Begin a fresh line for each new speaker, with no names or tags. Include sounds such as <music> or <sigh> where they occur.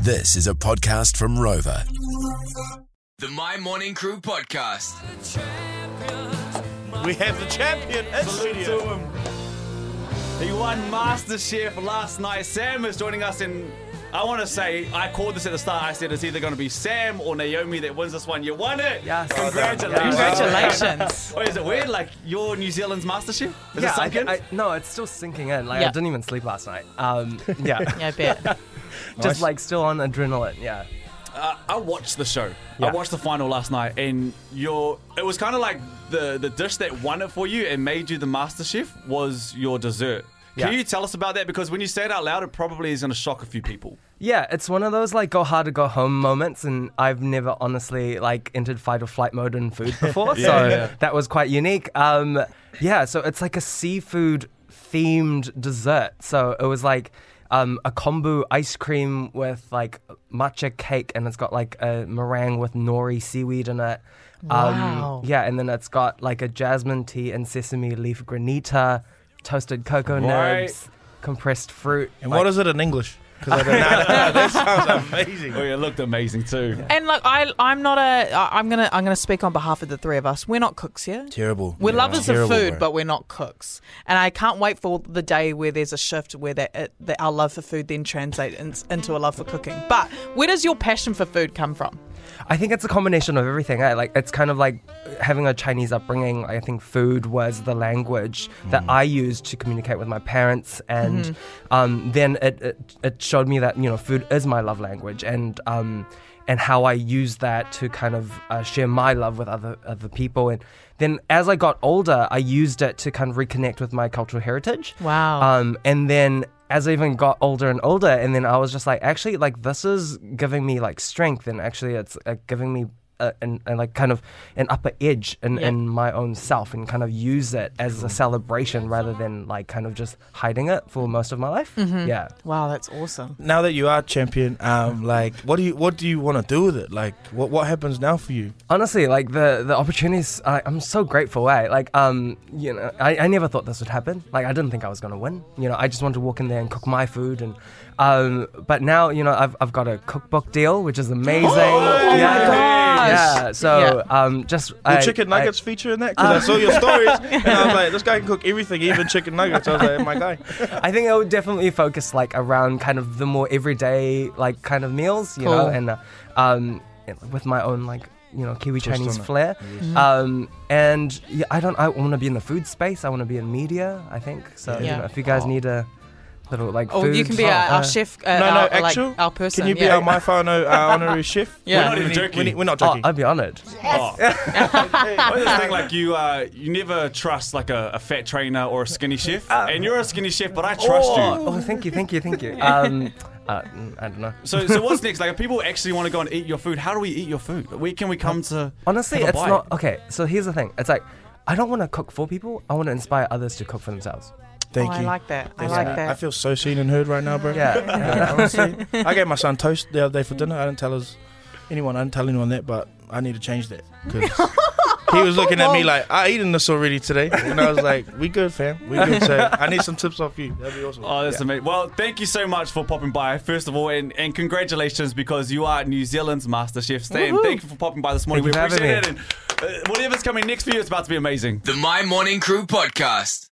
This is a podcast from Rover.
The My Morning Crew Podcast.
We have the champion in
to
studio.
him. He won MasterChef last night. Sam is joining us in. I want to say, I called this at the start. I said it's either going to be Sam or Naomi that wins this one. You won it.
Yes.
Congratulations.
Congratulations.
Wait, is it weird? Like, you're New Zealand's MasterChef? Is
yeah,
it
I,
sunken?
I, no, it's still sinking in. Like
Yeah.
I didn't even sleep last night.
<laughs>
Um, yeah,
<laughs> Yeah, I bet.
just like still on adrenaline. Yeah,
Uh, I watched the show. I
Yeah.
watched the final last night, and your it was kind of like the the dish that won it for you and made you the master chef was your dessert. Can
Yeah.
you tell us about that? Because when you say it out loud, it probably is going to shock a few people.
yeah. It's one of those like go hard or go home moments, and I've never honestly like entered fight or flight mode
<laughs>
in food before, so that was quite unique. Um, yeah, so it's like a seafood themed dessert. So it was like. Um, a kombu ice cream with like matcha cake, and it's got like a meringue with nori seaweed in it. Um,
Wow.
Yeah, and then it's got like a jasmine tea and sesame leaf granita, toasted cocoa
Right.
nibs, compressed fruit.
And
like-
what is it in English? <laughs> Because I don't know. that sounds amazing.
Oh, yeah, it looked amazing too.
And look, I I'm not a I- I'm gonna I'm gonna speak on behalf of the three of us. We're not cooks here.
Terrible.
We're
Yeah.
lovers of
Terrible,
food,
bro.
but we're not cooks. And I can't wait for the day where there's a shift where that, it, that our love for food then translates in, into a love for cooking. But where does your passion for food come from?
I think it's a combination of everything. Eh? Like it's kind of like having a Chinese upbringing. I think food was the language that I used to communicate with my parents, and um, then it, it it showed me that you know food is my love language, and um, and how I use that to kind of uh, share my love with other other people. And then as I got older, I used it to kind of reconnect with my cultural heritage.
Wow.
Uh,
Um, and then as I even got older and older, and then I was just like, actually, like this is giving me like strength, and actually, it's uh, giving me a, an, a, like kind of an upper edge in,
Yeah.
in my own self, and kind of use it as a celebration rather than like kind of just hiding it for most of my life.
Mm-hmm.
Yeah.
Wow, that's awesome.
Now that you are champion, um, like, what do you what do you want to do with it? Like, what what happens now for you?
honestly, like the the opportunities, I, I'm so grateful. Eh? Like, um, you know, I, I never thought this would happen. Like, I didn't think I was gonna win. You know, I just wanted to walk in there and cook my food, and um, but now, you know, I've I've got a cookbook deal, which is amazing.
<gasps> Oh my
yeah.
gosh.
Yeah. So, um, just
Will
I-
chicken
I-
nuggets feature in that?
Uh,
Because I saw your
<laughs>
stories, and I was like, this guy can cook everything, even chicken nuggets. I was like, my guy.
I think I would definitely focus like around kind of the more everyday like kind of meals, you know,
Cool.
and uh, um, and with my own like you know Kiwi
Twist
Chinese
on it.
flair.
Mm-hmm.
Um, and yeah, I don't. I want to be in the food space. I want to be in media. I think so. You
Yeah.
know, if you guys need a little like
Oh,
food,
you can be our,
uh,
our chef.
No,
Uh,
no,
our, like,
actual?
our person.
Can you be
yeah. Oh,
our my whānau, uh, honorary chef?
Yeah. We're
not even
We-
joking.
we need- We're not
Oh,
joking.
I'd be honored.
Oh.
<laughs>
I just think like you, uh, you never trust like a, a fat trainer or a skinny chef,
Uh,
and you're a skinny chef, but I trust you.
Oh, thank you, thank you, thank you.
<laughs>
Um, uh, mm, I don't know.
So, so what's next? Like, if people actually want to go and eat your food, how do we eat your food? Where can we come to?
Honestly,
have a
it's
bite?
not okay. So here's the thing. It's like I don't want to cook for people. I want to inspire others to cook for themselves.
Oh,
Thank
I
you.
like that. I
That's
like
it.
that.
I feel so seen and heard right now, bro.
Yeah.
<laughs>
Yeah, honestly. I gave my son toast the other day for dinner. I didn't tell us anyone. I didn't tell anyone that, but I need to change that 'cause he was looking at me like, "I eaten this already today," and I was like, "We good, fam? We good." So I need some tips off you. That'd be awesome.
Oh, that's amazing. Well, thank you so much for popping by, first of all, and, and congratulations because you are New Zealand's Master Chef. Stan, thank you for popping by this morning.
Thank you
we
for having
appreciate it. And, uh, whatever's coming next for you, it's about to be amazing.
The My Morning Crew Podcast.